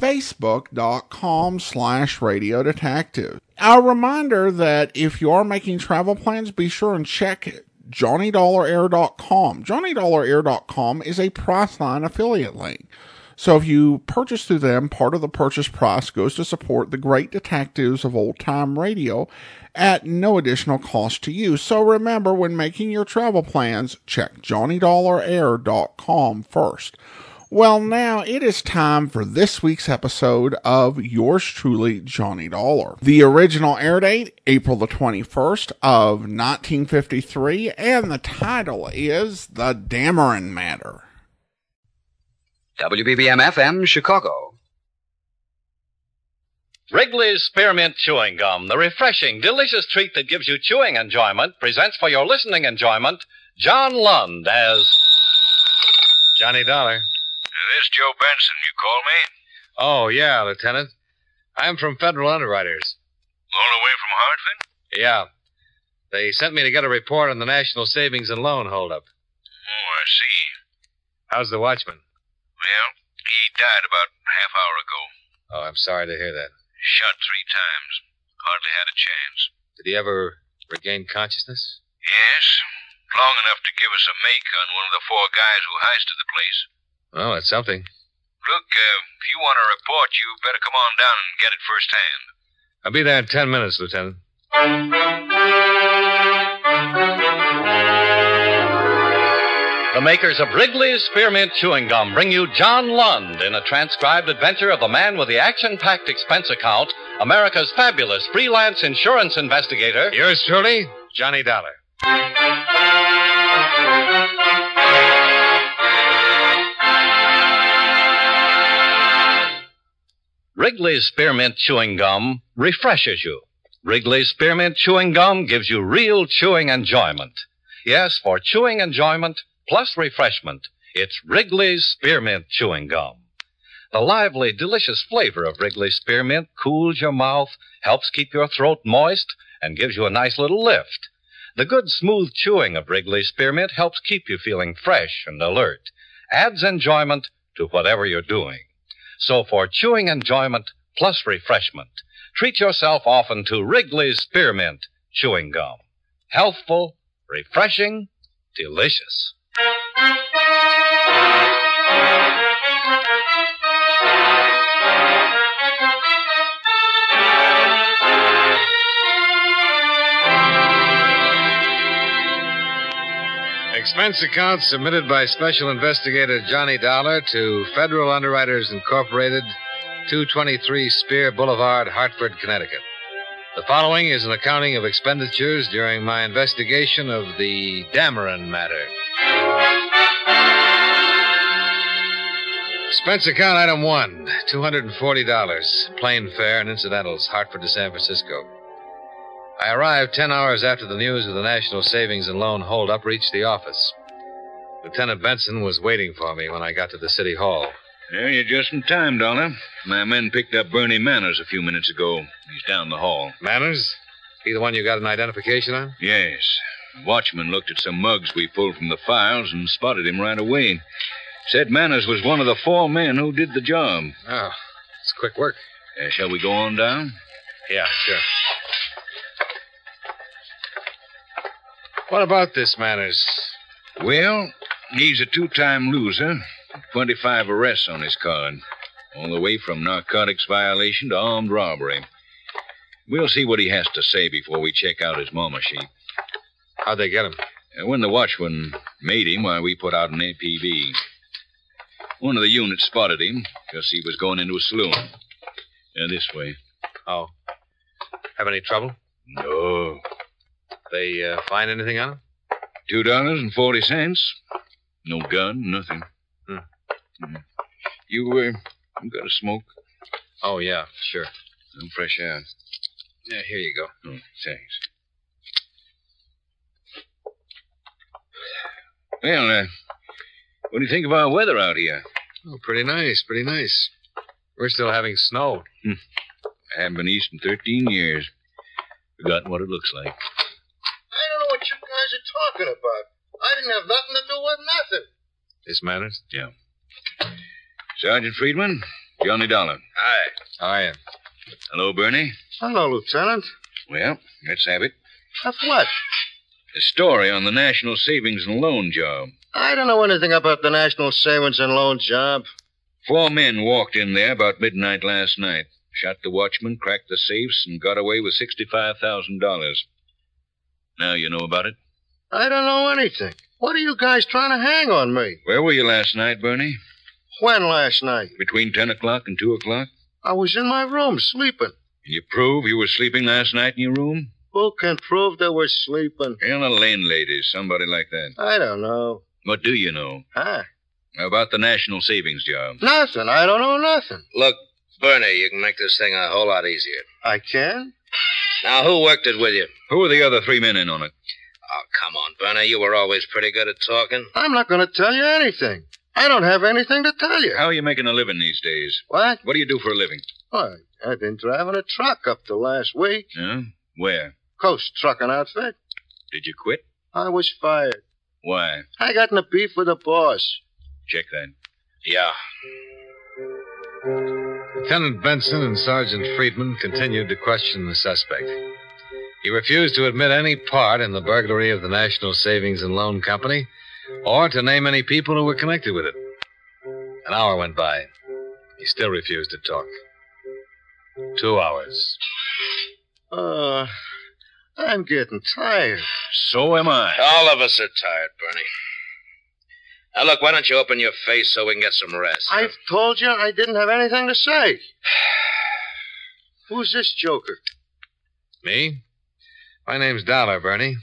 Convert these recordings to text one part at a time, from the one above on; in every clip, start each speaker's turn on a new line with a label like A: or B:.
A: facebook.com slash radio detective. A reminder that if you are making travel plans, be sure and check johnnydollar.air.com. johnnydollar.air.com is a Priceline affiliate link. So if you purchase through them, part of the purchase price goes to support the great detectives of old time radio at no additional cost to you. So remember, when making your travel plans, check johnnydollar.air.com first. Well, now it is time for this week's episode of Yours Truly, Johnny Dollar. The original air date, April the 21st of 1953, and the title is The Dameron Matter.
B: WBBM FM, Chicago.
C: Wrigley's Spearmint Chewing Gum, the refreshing, delicious treat that gives you chewing enjoyment, presents for your listening enjoyment John Lund as Johnny Dollar.
D: This Joe Benson, you call me?
E: Oh, yeah, Lieutenant. I'm from Federal Underwriters.
D: All the way from Hartford?
E: Yeah. They sent me to get a report on the National Savings and Loan holdup.
D: Oh, I see.
E: How's the watchman?
D: Well, he died about half hour ago.
E: Oh, I'm sorry to hear that.
D: Shot three times. Hardly had a chance.
E: Did he ever regain consciousness?
D: Yes. Long enough to give us a make on one of the four guys who heisted the place.
E: Well, that's something.
D: Look, uh, if you want a report, you better come on down and get it first hand.
E: I'll be there in ten minutes, Lieutenant.
C: The makers of Wrigley's Spearmint Chewing Gum bring you John Lund in a transcribed adventure of the man with the action packed expense account, America's fabulous freelance insurance investigator.
E: Yours truly, Johnny Dollar.
C: Wrigley's Spearmint Chewing Gum refreshes you. Wrigley's Spearmint Chewing Gum gives you real chewing enjoyment. Yes, for chewing enjoyment plus refreshment, it's Wrigley's Spearmint Chewing Gum. The lively, delicious flavor of Wrigley's Spearmint cools your mouth, helps keep your throat moist, and gives you a nice little lift. The good, smooth chewing of Wrigley's Spearmint helps keep you feeling fresh and alert, adds enjoyment to whatever you're doing. So for chewing enjoyment plus refreshment, treat yourself often to Wrigley's Spearmint Chewing Gum. Healthful, refreshing, delicious.
E: Expense account submitted by Special Investigator Johnny Dollar to Federal Underwriters Incorporated, 223 Spear Boulevard, Hartford, Connecticut. The following is an accounting of expenditures during my investigation of the Dameron matter. Expense account item one $240, plane fare and incidentals, Hartford to San Francisco. I arrived 10 hours after the news of the National Savings and Loan holdup reached the office. Lieutenant Benson was waiting for me when I got to the city hall.
D: Yeah, you're just in time, Dollar. My men picked up Bernie Manners a few minutes ago. He's down the hall.
E: Manners? He the one you got an identification on?
D: Yes. The watchman looked at some mugs we pulled from the files and spotted him right away. Said Manners was one of the four men who did the job.
E: Oh, it's quick work.
D: Uh, shall we go on down?
E: Yeah, sure. What about this Manners?
D: Well, he's a two time loser. 25 arrests on his card. All the way from narcotics violation to armed robbery. We'll see what he has to say before we check out his mama sheet.
E: How'd they get him?
D: Uh, When the watchman made him, why, we put out an APB. One of the units spotted him because he was going into a saloon. Yeah, this way.
E: Oh. Have any trouble?
D: No.
E: They uh, find anything on him?
D: Two dollars and forty cents. No gun, nothing.
E: Hmm.
D: Mm. You, uh, I'm gonna smoke.
E: Oh, yeah, sure.
D: I'm fresh out.
E: Yeah, here you go.
D: Oh, thanks. Well, uh, what do you think of our weather out here?
F: Oh, pretty nice, pretty nice. We're still having snow.
D: I haven't been east in 13 years. Forgotten what it looks like.
E: I don't know what you guys are talking about. I didn't have nothing to do with nothing.
F: This matters?
D: Sergeant Friedman, Johnny Dollar.
F: Aye. Aye.
D: Hello, Bernie.
E: Hello, Lieutenant.
D: Well, let's have it.
E: Of what?
D: A story on the National Savings and Loan Job.
E: I don't know anything about the National Savings and Loan Job.
D: Four men walked in there about midnight last night, shot the watchman, cracked the safes, and got away with $65,000. Now you know about it.
E: I don't know anything. What are you guys trying to hang on me?
D: Where were you last night, Bernie?
E: When last night?
D: Between 10 o'clock and 2 o'clock?
E: I was in my room sleeping.
D: Can you prove you were sleeping last night in your room?
E: Who can prove that we're sleeping?
D: Hell, a landlady, somebody like that.
E: I don't know.
D: What do you know
E: Huh?
D: about the National Savings Job?
E: Nothing. I don't know nothing.
F: Look, Bernie, you can make this thing a whole lot easier.
E: I can?
F: Now, who worked it with you?
D: Who were the other three men in on it?
F: Oh, come on, Bernie. You were always pretty good at talking.
E: I'm not going to tell you anything. I don't have anything to tell you.
D: How are you making a living these days?
E: What?
D: What do you do for a living?
E: Why, I've been driving a truck up to last week.
D: Huh? Where?
E: Coast trucking outfit.
D: Did you quit?
E: I was fired.
D: Why?
E: I got in a beef with the boss.
D: Check that.
F: Yeah. Lieutenant Benson and Sergeant Friedman continued to question the suspect. He refused to admit any part in the burglary of the National Savings and Loan Company or to name any people who were connected with it. An hour went by. He still refused to talk. Two hours.
E: Uh, I'm getting tired.
D: So am I.
F: All of us are tired, Bernie. Now, look, why don't you open your face so we can get some rest?
E: I've told you I didn't have anything to say. Who's this joker?
F: Me? My name's Dollar, Bernie.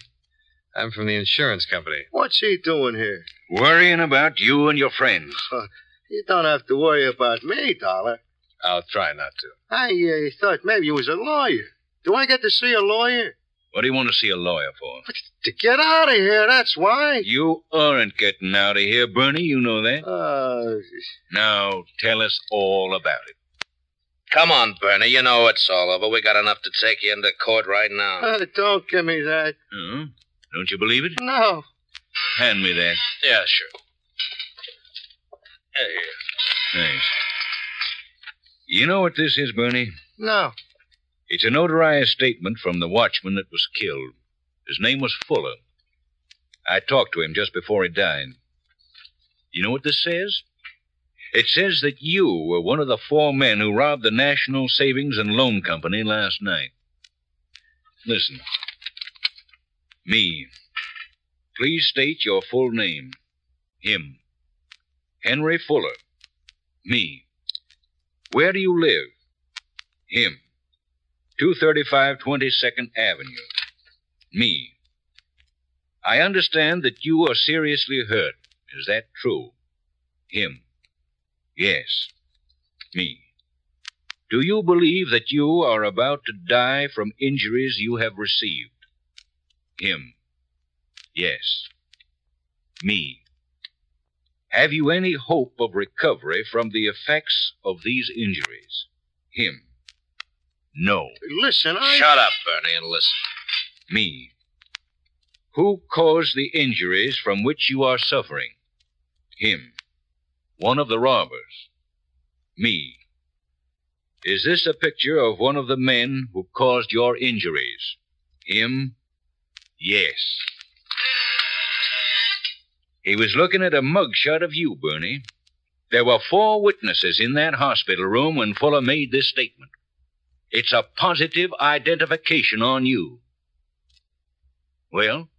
F: I'm from the insurance company.
E: What's he doing here?
D: Worrying about you and your friends.
E: You don't have to worry about me, Dollar.
F: I'll try not to.
E: I uh, thought maybe you was a lawyer. Do I get to see a lawyer?
D: What do you want to see a lawyer for?
E: To get out of here, that's why.
D: You aren't getting out of here, Bernie. You know that.
E: Uh,
D: Now tell us all about it.
F: Come on, Bernie. You know it's all over. We got enough to take you into court right now.
E: uh, don't give me that.
D: Huh? Uh-huh. Don't you believe it?
E: No.
D: Hand me that.
F: yeah, sure.
D: Thanks. You know what this is, Bernie?
E: No.
D: It's a notarized statement from the watchman that was killed. His name was Fuller. I talked to him just before he died. You know what this says? It says that you were one of the four men who robbed the National Savings and Loan Company last night. Listen. Me. Please state your full name. Him. Henry Fuller. Me. Where do you live? Him. 235 22nd Avenue. Me. I understand that you are seriously hurt. Is that true? Him. Yes. Me. Do you believe that you are about to die from injuries you have received? Him. Yes. Me. Have you any hope of recovery from the effects of these injuries? Him. No.
E: Listen, I.
D: up, Bernie, and listen. Me. Who caused the injuries from which you are suffering? Him. One of the robbers. Me. Is this a picture of one of the men who caused your injuries? Him? Yes. He was looking at a mugshot of you, Bernie. There were four witnesses in that hospital room when Fuller made this statement. It's a positive identification on you. Well,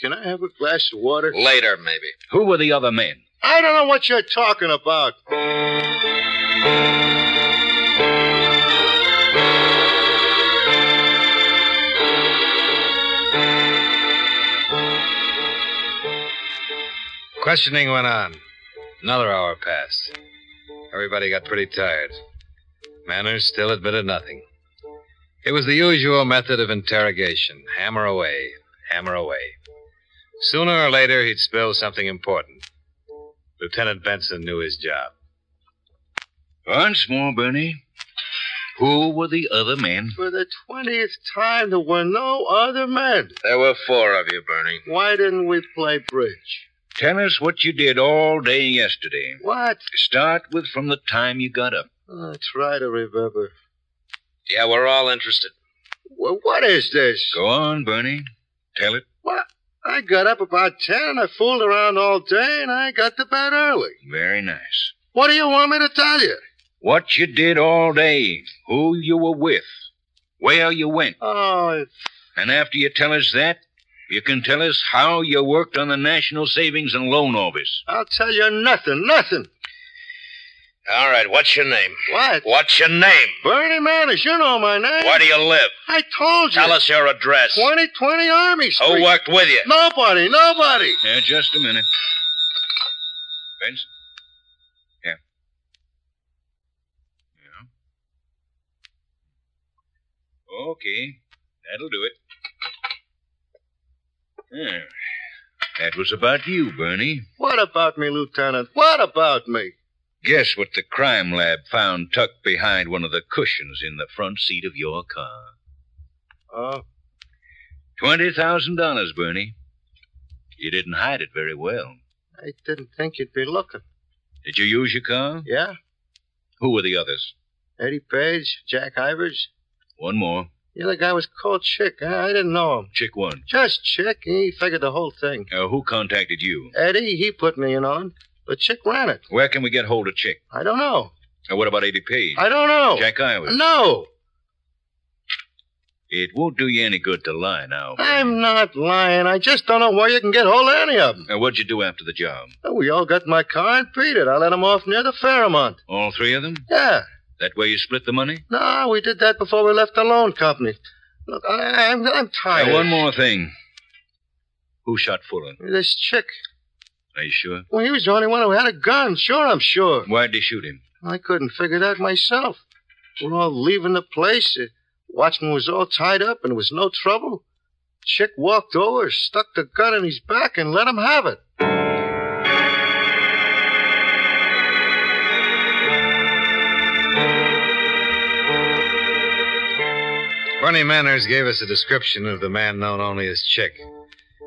E: Can I have a glass of water?
F: Later, maybe.
D: who were the other men?
E: I don't know what you're talking about.
F: Questioning went on. Another hour passed. Everybody got pretty tired. Manners still admitted nothing. It was the usual method of interrogation hammer away, hammer away.
E: Sooner or later, he'd spill something important. Lieutenant Benson knew his job.
D: Once more, Bernie. Who were the other men?
G: For the twentieth time, there were no other men.
D: There were four of you, Bernie.
G: Why didn't we play bridge?
D: Tell us what you did all day yesterday.
G: What?
D: Start with from the time you got up.
G: I try to remember.
E: Yeah, we're all interested.
G: Wha what is this?
D: Go on, Bernie. Tell it.
G: What? I got up about ten and I fooled around all day and I got to bed early.
D: Very nice.
G: What do you want me to tell you?
D: What you did all day, who you were with, where you went.
G: Oh, if
D: And after you tell us that, you can tell us how you worked on the National Savings and Loan Office.
G: I'll tell you nothing, nothing.
E: All right, what's your name?
G: What?
E: What's your name?
G: Bernie Manish, you know my name.
E: do you live?
G: I told you.
E: us your address.
G: 2020 Army Street.
E: worked with you?
G: Nobody, nobody.
D: Yeah, just a minute. Benson? Yeah. Yeah. Okay. That'll do it. Yeah. That was about you, Bernie.
G: What about me, Lieutenant? What about me?
D: Guess what the crime lab found tucked behind one of the cushions in the front seat of your car?
G: Oh,
D: $20,000, Bernie. You didn't hide it very well.
G: I didn't think you'd be looking.
D: Did you use your car?
G: Yeah?
D: Who were the others?
G: Eddie Page, Jack Ivers.
D: One more.
G: The other guy was called Chick. I, I didn't know him.
D: Chick one.
G: Just Chick. He figured the whole thing.
D: Uh, who contacted you?
G: Eddie, he put me in on, but Chick ran it.
D: Where can we get hold of Chick?
G: I don't know.
D: Uh, what about Eddie Page?
G: I don't know.
D: Jack Ivers?
G: No,
D: It won't do you any good to lie now.
G: I'm not lying. I just don't know where you can get hold of any of them.
D: Uh, what'd you do after the job?
G: We all got in my car and beat it. I let 'em off near the Fairmont.
D: All three of them?
G: Yeah.
D: That way you split the money?
G: No, we did that before we left the loan company. Look, I, I'm, I'm tired.
D: Uh, one more thing. Who shot Fuller?
G: This chick,
D: Are you sure?
G: well, he was the only one who had a gun. Sure, I'm sure.
D: Why'd they shoot him?
G: I couldn't figure that myself. We're all leaving the place. The watchman was all tied up and there was no trouble. Chick walked over, stuck the gun in his back, and let him have it.
E: Bernie Manners gave us a description of the man known only as Chick.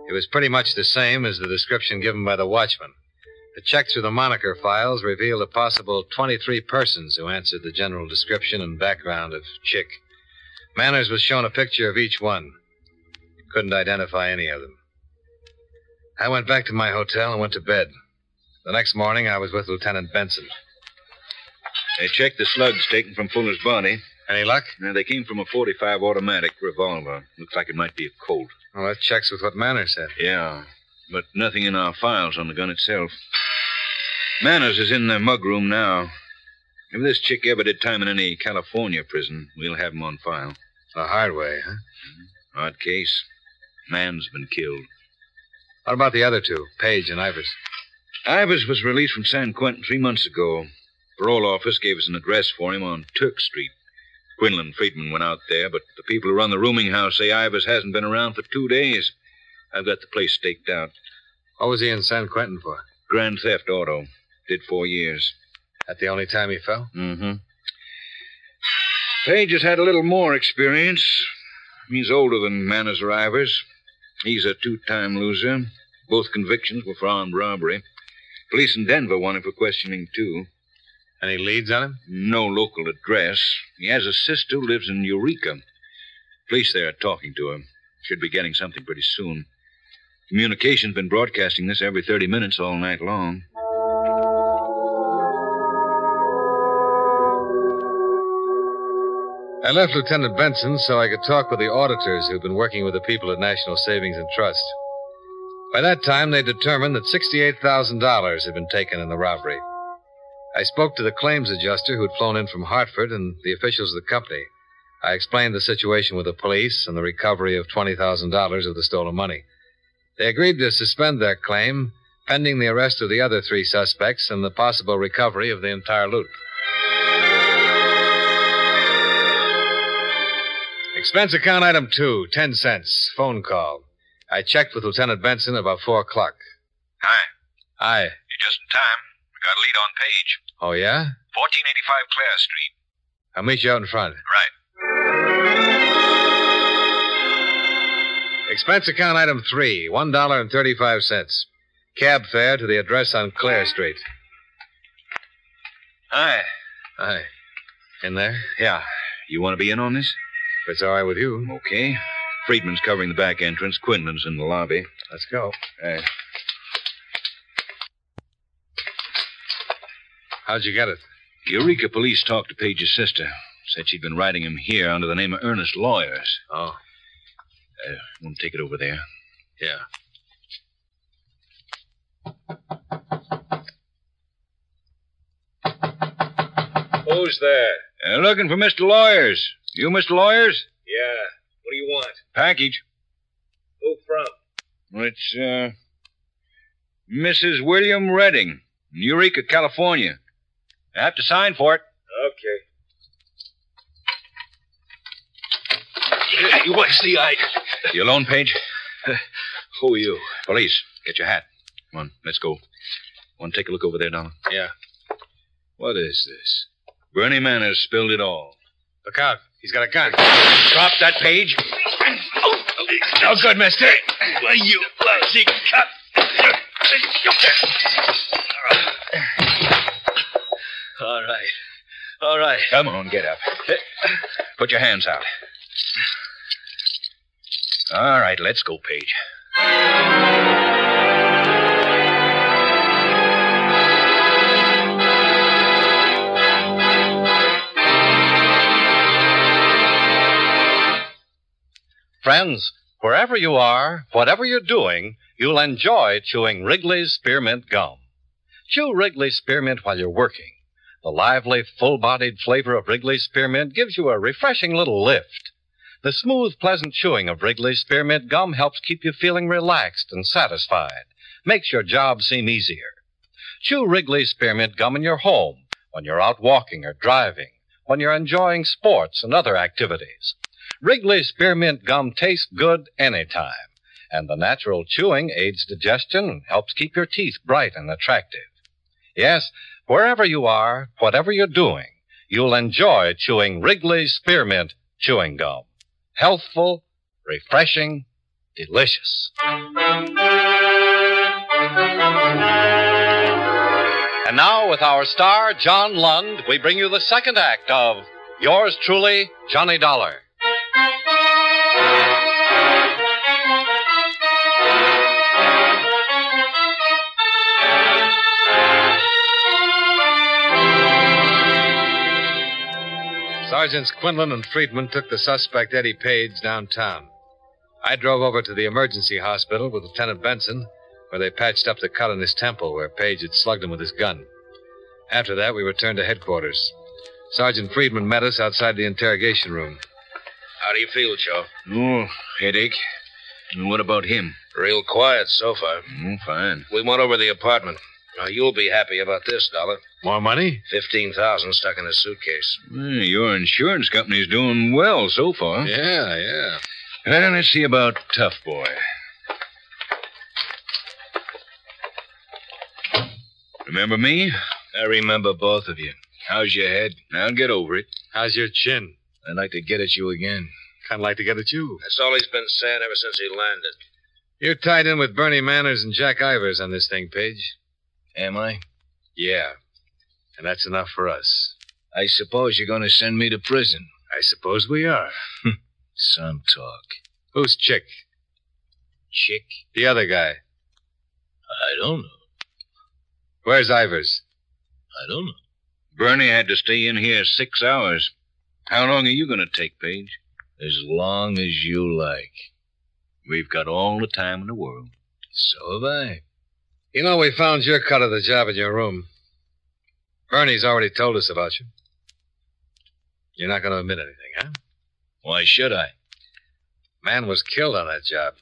E: It was pretty much the same as the description given by the watchman. A check through the moniker files revealed a possible 23 persons who answered the general description and background of Chick. Manners was shown a picture of each one. Couldn't identify any of them. I went back to my hotel and went to bed. The next morning, I was with Lieutenant Benson.
D: They checked the slugs taken from Fuller's body.
E: Any luck?
D: Now, they came from a 45 automatic revolver. Looks like it might be a Colt.
E: Well, that checks with what Manners said.
D: Yeah, but nothing in our files on the gun itself. Manners is in the mug room now. If this chick ever did time in any California prison, we'll have him on file. Mm-hmm.
E: The hard way, huh?
D: Odd case. Man's been killed.
E: What about the other two, Page and Ivers?
D: Ivers was released from San Quentin three months ago. Parole office gave us an address for him on Turk Street. Quinlan Friedman went out there, but the people who run the rooming house say Ivers hasn't been around for two days. I've got the place staked out.
E: What was he in San Quentin for?
D: Grand Theft Auto. Did four years.
E: That the only time he fell?
D: Mm-hmm. Page has had a little more experience. He's older than Manners or Ivers. He's a two-time loser. Both convictions were for armed robbery. Police in Denver want him for questioning, too.
E: Any leads on him?
D: No local address. He has a sister who lives in Eureka. Police there are talking to him. Should be getting something pretty soon. Communication's been broadcasting this every 30 minutes all night long.
E: I left Lieutenant Benson so I could talk with the auditors who'd been working with the people at National Savings and Trust. By that time, they determined that $68,000 had been taken in the robbery. I spoke to the claims adjuster who'd flown in from Hartford and the officials of the company. I explained the situation with the police and the recovery of $20,000 of the stolen money. They agreed to suspend their claim pending the arrest of the other three suspects and the possible recovery of the entire loot. Expense account item two, 10 cents, phone call. I checked with Lieutenant Benson about four o'clock.
D: Hi.
E: Aye.
D: You're just in time. We got a lead on page.
E: Oh, yeah?
D: 1485 Clare Street.
E: I'll meet you out in front.
D: Right.
E: Expense account item three, one dollar and thirty-five cents. Cab fare to the address on Clare Street.
D: Hi.
E: Aye. In there? If
D: Yeah. You want to be in on this?
E: it's all right with you,
D: Okay. Friedman's covering the back entrance. Quinlan's in the lobby.
E: let's go.
D: Hey.
E: How'd you get it?
D: Eureka police talked to Page's sister. Said she'd been writing him here under the name of Ernest Lawyers.
E: Oh,
D: Uh, won't take it over there.
E: yeah. Who's there?
D: Uh, looking for Mr. Lawyers. You, Mr. Lawyers?
E: Yeah. What do you want?
D: Package.
E: Who from?
D: Well, it's, uh, Mrs. William Redding, in Eureka, California. I have to sign for it.
E: Okay.
D: What's the idea? You alone, Page? Who are you? Police. Get your hat. Come on, let's go. Want to take a look over there, Dollar?
E: Yeah.
D: What is this? Bernie Manners spilled it all.
E: Look out. He's got a gun.
D: Drop that page. No good, mister. Why, you lousy cop.
E: All right. All right.
D: Come on, get up. Put your hands out. All right, let's go, Page.
C: Friends, wherever you are, whatever you're doing, you'll enjoy chewing Wrigley's Spearmint Gum. Chew Wrigley's Spearmint while you're working. The lively, full bodied flavor of Wrigley's Spearmint gives you a refreshing little lift. The smooth, pleasant chewing of Wrigley's Spearmint Gum helps keep you feeling relaxed and satisfied, makes your job seem easier. Chew Wrigley's Spearmint Gum in your home, when you're out walking or driving, when you're enjoying sports and other activities. Wrigley Spearmint Gum tastes good anytime, and the natural chewing aids digestion and helps keep your teeth bright and attractive. Yes, wherever you are, whatever you're doing, you'll enjoy chewing Wrigley Spearmint Chewing Gum. Healthful, refreshing, delicious. And now, with our star, John Lund, we bring you the second act of Yours Truly, Johnny Dollar.
E: Sergeants Quinlan and Friedman took the suspect, Eddie Page, downtown. I drove over to the emergency hospital with Lieutenant Benson, where they patched up the cut in his temple where Page had slugged him with his gun. After that, we returned to headquarters. Sergeant Friedman met us outside the interrogation room.
D: How do you feel, Joe? Oh, headache. And what about him?
E: Real quiet so far.
D: Mm, fine.
E: We went over the apartment. Now, you'll be happy about this, Dollar. More money? 15000 stuck in his suitcase.
D: Well, your insurance company's doing well so far.
E: Yeah, yeah.
D: Well, let's see about Tough Boy. Remember me? I remember both of you. How's your head? Now get over it.
E: How's your chin?
D: I'd like to get at you again.
E: Kind of like to get at you. That's all he's been saying ever since he landed. You're tied in with Bernie Manners and Jack Ivers on this thing, Page.
D: Am I?
E: Yeah. And that's enough for us.
D: I suppose you're going to send me to prison.
E: I suppose we are.
D: Some talk.
E: Who's Chick?
D: Chick?
E: The other guy.
D: I don't know.
E: Where's Ivers?
D: I don't know. Bernie had to stay in here six hours. How long are you going to take, Page? As long as you like. We've got all the time in the world. So have I.
E: You know, we found your cut of the job in your room. Bernie's already told us about you. You're not going to admit anything, huh?
D: Why should I?
E: Man was killed on that job.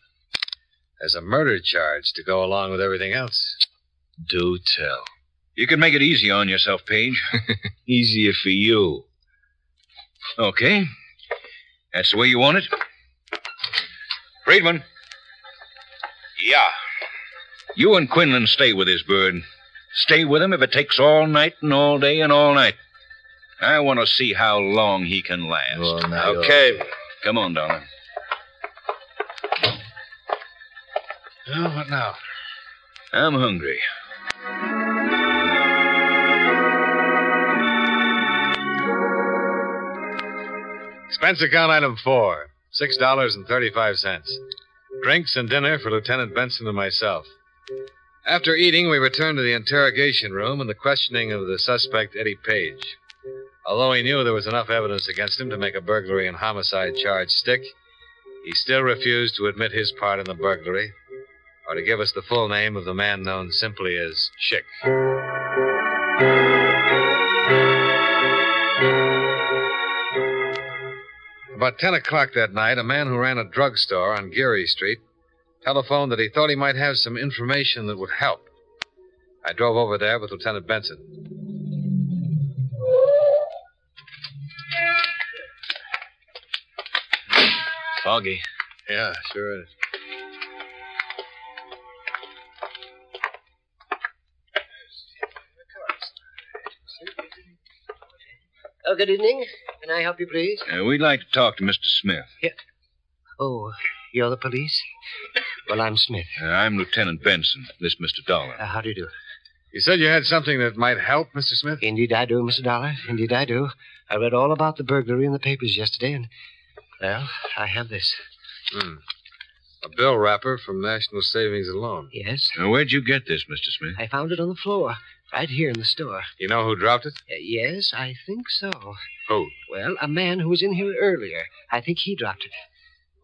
E: There's a murder charge to go along with everything else.
D: Do tell. You can make it easy on yourself, Page. Easier for you. Okay. That's the way you want it. Friedman, Yeah. You and Quinlan stay with this bird. Stay with him if it takes all night and all day and all night. I want to see how long he can last.
E: Oh, now you're-
D: okay. Come on, Donna.
E: Well, what now?
D: I'm hungry.
E: Expense account item four $6.35. Drinks and dinner for Lieutenant Benson and myself. After eating, we returned to the interrogation room and the questioning of the suspect, Eddie Page. Although he knew there was enough evidence against him to make a burglary and homicide charge stick, he still refused to admit his part in the burglary or to give us the full name of the man known simply as Chick. About 10 o'clock that night, a man who ran a drugstore on Geary Street telephoned that he thought he might have some information that would help. I drove over there with Lieutenant Benson.
D: Foggy.
E: Yeah, sure is.
G: Oh, good evening. Can I help you, please?
D: Uh, we'd like to talk to Mr. Smith.
G: Oh, you're the police? Well, I'm Smith.
D: Uh, I'm Lieutenant Benson. This Mr. Dollar.
G: Uh, how do you do?
E: You said you had something that might help, Mr. Smith?
G: Indeed, I do, Mr. Dollar. Indeed, I do. I read all about the burglary in the papers yesterday, and, well, I have this.
E: Hmm. A bill wrapper from National Savings and Loan.
G: Yes,
D: Uh, where'd you get this, Mr. Smith?
G: I found it on the floor, right here in the store.
E: You know who dropped it?
G: Uh, yes, I think so.
E: Who?
G: Well, a man who was in here earlier. I think he dropped it.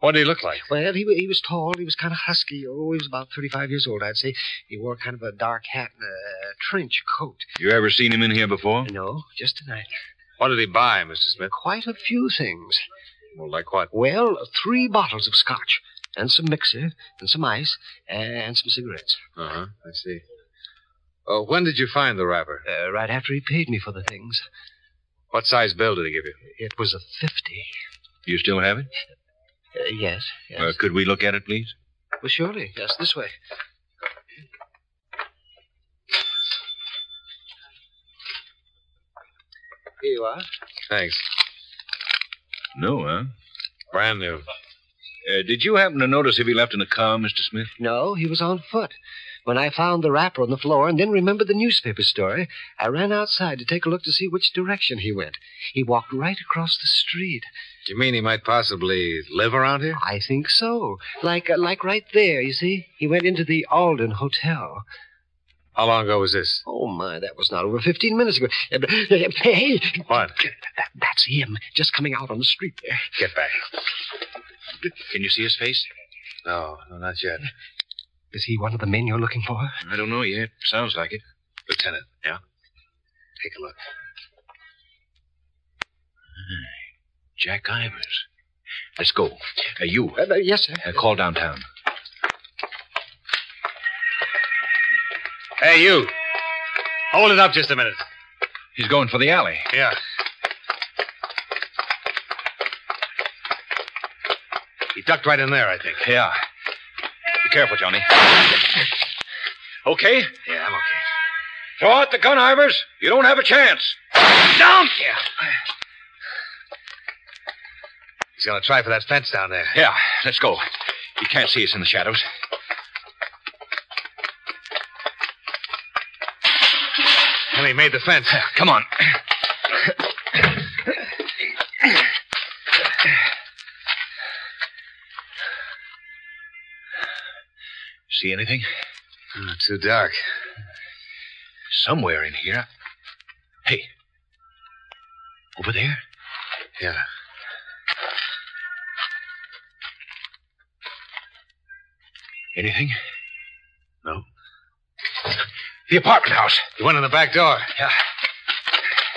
E: What did he look like?
G: Well, he, wa- he was tall. He was kind of husky. Oh, he was about 35 years old, I'd say. He wore kind of a dark hat and a trench coat.
D: You ever seen him in here before?
G: No, just tonight.
E: What did he buy, Mr. Smith?
G: Quite a few things.
E: Well, like what?
G: Well, three bottles of scotch, and some mixer, and some ice, and some cigarettes.
E: Uh huh. I see. Uh, when did you find the wrapper?
G: Uh, right after he paid me for the things.
E: What size bill did he give you?
G: It was a 50.
D: You still have it?
G: Uh, yes, yes.
D: Uh, could we look at it, please?
G: Well, surely. Yes, this way. Here you are.
E: Thanks.
D: No, huh?
E: Brand new.
D: Uh, did you happen to notice if he left in a car, Mr. Smith?
G: No, he was on foot. When I found the wrapper on the floor and then remembered the newspaper story, I ran outside to take a look to see which direction he went. He walked right across the street.
E: Do you mean he might possibly live around here?
G: I think so. Like uh, like right there, you see? He went into the Alden Hotel.
E: How long ago was this?
G: Oh, my, that was not over 15 minutes ago. Uh, but- uh, Hey, hey,
E: What?
G: that, that's him, just coming out on the street there.
E: Get back.
D: Can you see his face?
E: No, no, not yet.
G: Is he one of the men you're looking for?
D: I don't know yet. Sounds like it.
E: Lieutenant.
D: Yeah?
E: Take a look.
D: Jack Ivers. Let's go. Uh, you,
G: Uh, uh, yes, sir.
D: uh, call downtown.
E: Hey, you! Hold it up just a minute.
D: He's going for the alley.
E: Yeah. He ducked right in there, I think.
D: Yeah. Be careful, Johnny. Okay?
E: Yeah, I'm okay.
D: Throw out the gun, Ivers. You don't have a chance. Down! Yeah.
E: He's gonna try for that fence down there.
D: Yeah, let's go. He can't see us in the shadows.
E: And he made the fence.
D: Come on. See anything?
E: Hmm, too dark.
D: Somewhere in here. Hey. Over there?
E: Yeah.
D: Anything? No. The apartment house.
E: He went in the back door.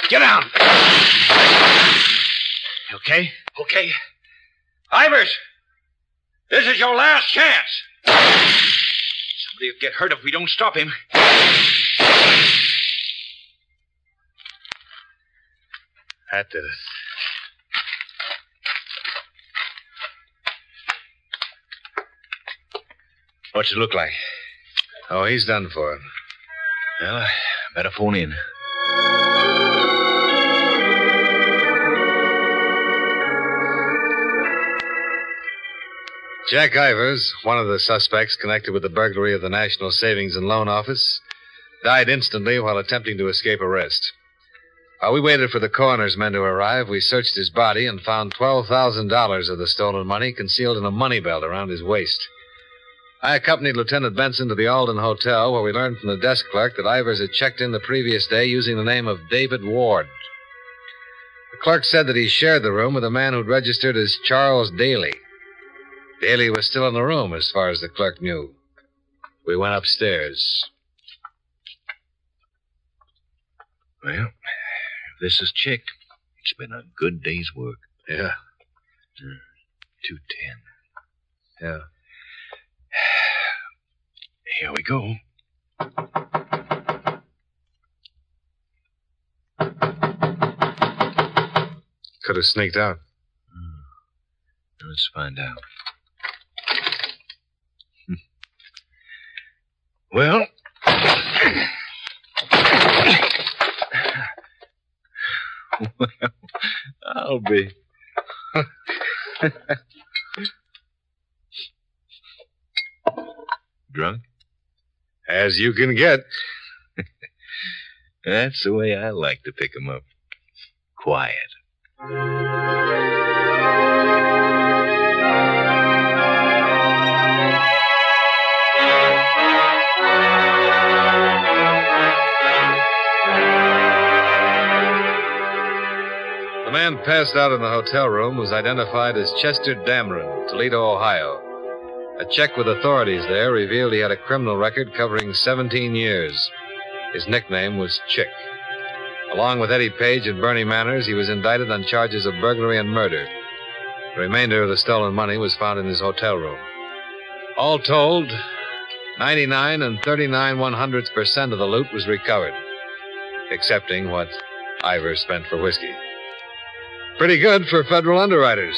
D: Get down. You okay? Okay. Ivers, this is your last chance. Somebody will get hurt if we don't stop him.
E: That did it.
H: What's it look like?
E: Oh, he's done for.
H: Well, uh, I better phone in.
E: Jack Ivers, one of the suspects connected with the burglary of the National Savings and Loan Office, died instantly while attempting to escape arrest. While we waited for the coroner's men to arrive, we searched his body and found $12,000 of the stolen money concealed in a money belt around his waist. I accompanied Lieutenant Benson to the Alden Hotel, where we learned from the desk clerk that Ivers had checked in the previous day using the name of David Ward. The clerk said that he shared the room with a man who'd registered as Charles Daly. Daly was still in the room, as far as the clerk knew. We went upstairs.
H: Well, if this is Chick, it's been a good day's work. Mm.
E: Yeah.
H: Two ten.
E: Yeah.
H: Here we go.
E: Could have sneaked out.
H: Let's find out. Hmm. Well, well, I'll be. Drunk?
E: As you can get.
H: That's the way I like to pick 'em up. Quiet.
E: The man passed out in the hotel room was identified as Chester Dameron, Toledo, Ohio. A check with authorities there revealed he had a criminal record covering 17 years. His nickname was Chick. Along with Eddie Page and Bernie Manners, he was indicted on charges of burglary and murder. The remainder of the stolen money was found in his hotel room. All told, 99 and 39 one hundredths percent of the loot was recovered, excepting what Ivor spent for whiskey. Pretty good for federal underwriters.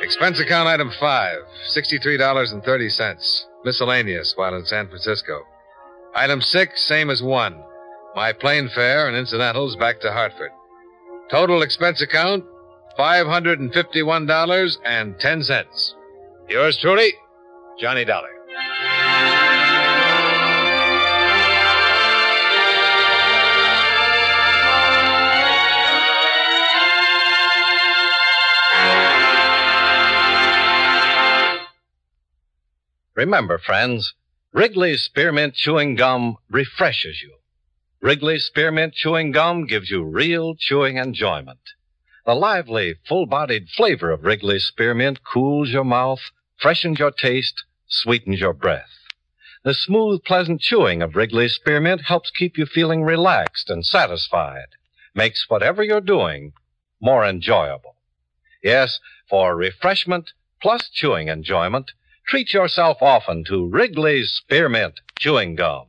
E: Expense account item five, $63.30. Miscellaneous while in San Francisco. Item six, same as one. My plane fare and incidentals back to Hartford. Total expense account, $551.10. Yours truly, Johnny Dollar.
D: Remember, friends, Wrigley's Spearmint Chewing Gum refreshes you. Wrigley's Spearmint Chewing Gum gives you real chewing enjoyment. The lively, full bodied flavor of Wrigley's Spearmint cools your mouth, freshens your taste, sweetens your breath. The smooth, pleasant chewing of Wrigley's Spearmint helps keep you feeling relaxed and satisfied, makes whatever you're doing more enjoyable. Yes, for refreshment plus chewing enjoyment, Treat yourself often to Wrigley's Spearmint Chewing Gum.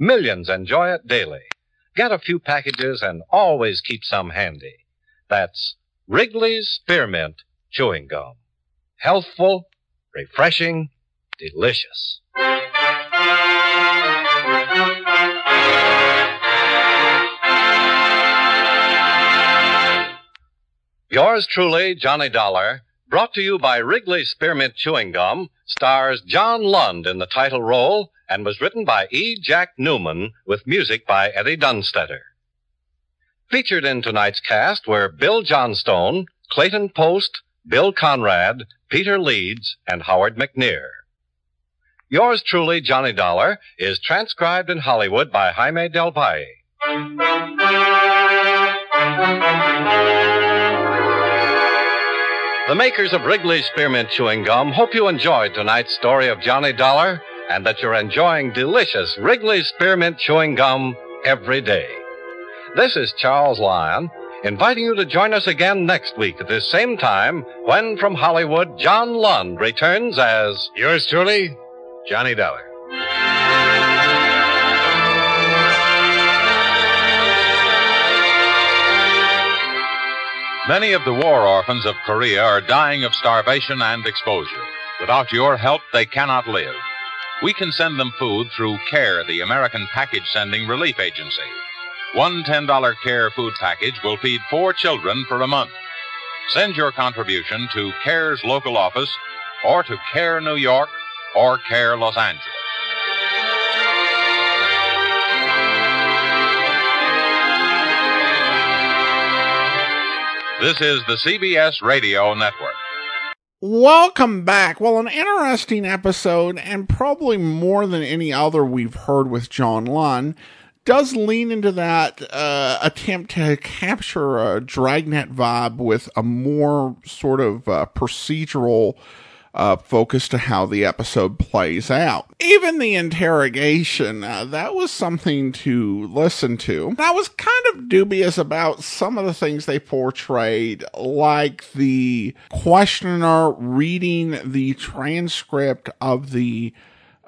D: Millions enjoy it daily. Get a few packages and always keep some handy. That's Wrigley's Spearmint Chewing Gum. Healthful, refreshing, delicious. Yours truly, Johnny Dollar, brought to you by Wrigley's Spearmint Chewing Gum, stars John Lund in the title role and was written by E. Jack Newman with music by Eddie Dunstetter. Featured in tonight's cast were Bill Johnstone, Clayton Post, Bill Conrad, Peter Leeds, and Howard McNear. Yours truly, Johnny Dollar, is transcribed in Hollywood by Jaime Del Valle. The makers of Wrigley's Spearmint Chewing Gum hope you enjoyed tonight's story of Johnny Dollar and that you're enjoying delicious Wrigley's Spearmint Chewing Gum every day. This is Charles Lyon inviting you to join us again next week at this same time when from Hollywood, John Lund returns as
E: Yours truly, Johnny Dollar.
I: Many of the war orphans of Korea are dying of starvation and exposure. Without your help, they cannot live. We can send them food through CARE, the American Package Sending Relief Agency. One $10 CARE food package will feed four children for a month. Send your contribution to CARE's local office or to CARE New York or CARE Los Angeles. This is the CBS Radio Network.
A: Welcome back. Well, an interesting episode, and probably more than any other we've heard with John Lunn, does lean into that uh, attempt to capture a dragnet vibe with a more sort of uh, procedural uh, focus to how the episode plays out. Even the interrogation, uh, that was something to listen to. I was kind of dubious about some of the things they portrayed, like the questioner reading the transcript of the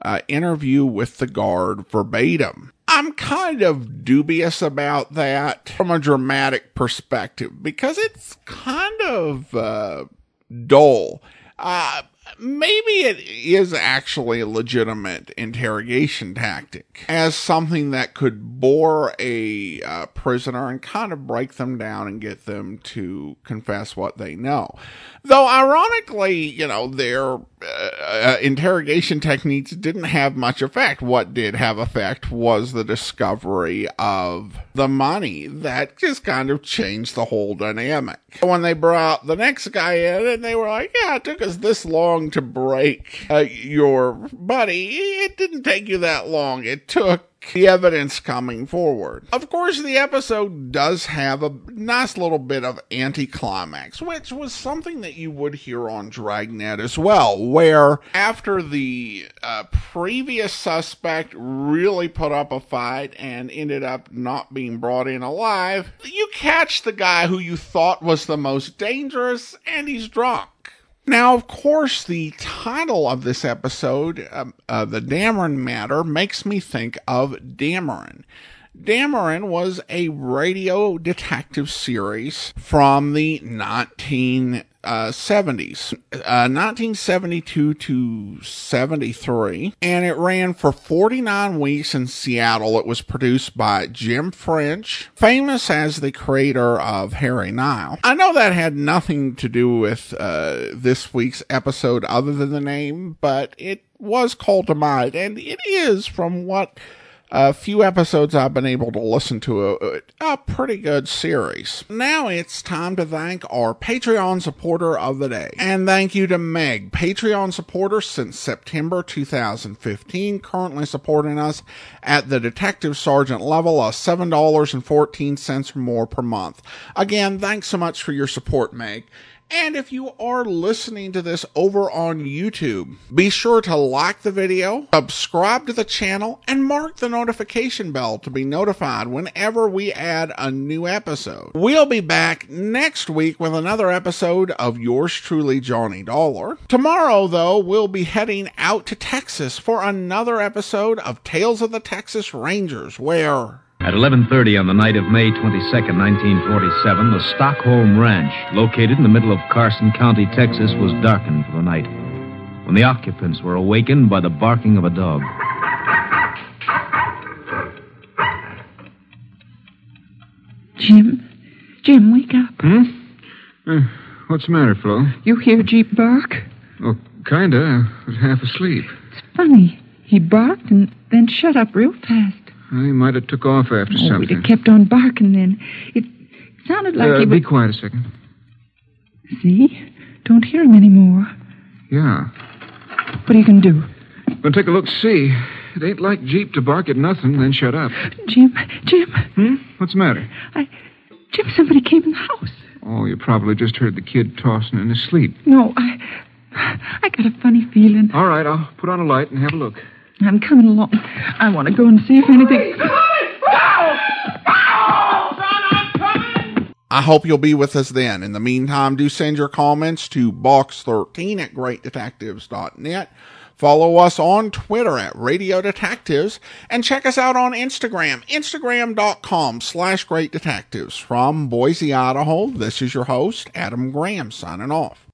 A: uh, interview with the guard verbatim. I'm kind of dubious about that from a dramatic perspective because it's kind of uh, dull. Uh, maybe it is actually a legitimate interrogation tactic as something that could bore a uh, prisoner and kind of break them down and get them to confess what they know. Though, ironically, you know, their uh, uh, interrogation techniques didn't have much effect. What did have effect was the discovery of the money that just kind of changed the whole dynamic. When they brought the next guy in and they were like, yeah, it took us this long to break uh, your buddy. It didn't take you that long. It took the evidence coming forward. Of course, the episode does have a nice little bit of anticlimax, which was something that you would hear on Dragnet as well, where after the uh, previous suspect really put up a fight and ended up not being brought in alive, you catch the guy who you thought was the most dangerous and he's drunk. Now, of course, the title of this episode, um, uh, The Dameron Matter, makes me think of Dameron. Dameron was a radio detective series from the 1970s, uh, 1972 to 73, and it ran for 49 weeks in Seattle. It was produced by Jim French, famous as the creator of Harry Nile. I know that had nothing to do with uh, this week's episode other than the name, but it was called to mind, and it is from what a few episodes I've been able to listen to a, a pretty good series. Now it's time to thank our Patreon supporter of the day. And thank you to Meg, Patreon supporter since September 2015, currently supporting us at the detective sergeant level of $7.14 or more per month. Again, thanks so much for your support, Meg. And if you are listening to this over on YouTube, be sure to like the video, subscribe to the channel, and mark the notification bell to be notified whenever we add a new episode. We'll be back next week with another episode of yours truly, Johnny Dollar. Tomorrow, though, we'll be heading out to Texas for another episode of Tales of the Texas Rangers, where.
J: At 11:30 on the night of May 22, 1947, the Stockholm Ranch, located in the middle of Carson County, Texas, was darkened for the night when the occupants were awakened by the barking of a dog.
K: Jim, Jim, wake up.
L: Hmm? Uh, what's the matter, Flo?
K: You hear Jeep bark?
L: Well, kinda. I was half asleep.
K: It's funny. He barked and then shut up real fast.
L: I might have took off after
K: oh,
L: something.
K: We'd have kept on barking then. It sounded like
L: Uh,
K: he
L: Be
K: was...
L: quiet a second.
K: See? Don't hear him anymore.
L: Yeah.
K: What are you going to do?
L: Well, take a look, see. It ain't like Jeep to bark at nothing, then shut up.
K: Jim, Jim,
L: Hmm? What's the matter?
K: I... Jim, somebody came in the house.
L: Oh, you probably just heard the kid tossing in his sleep.
K: No, I... I got a funny feeling.
L: All right, I'll put on a light and have a look.
K: I'm coming along. I want to go and see if anything...
A: I hope you'll be with us then. In the meantime, do send your comments to box13 at greatdetectives.net. Follow us on Twitter at Radio Detectives and check us out on Instagram, instagram.com slash great detectives. From Boise, Idaho, this is your host, Adam Graham, signing off.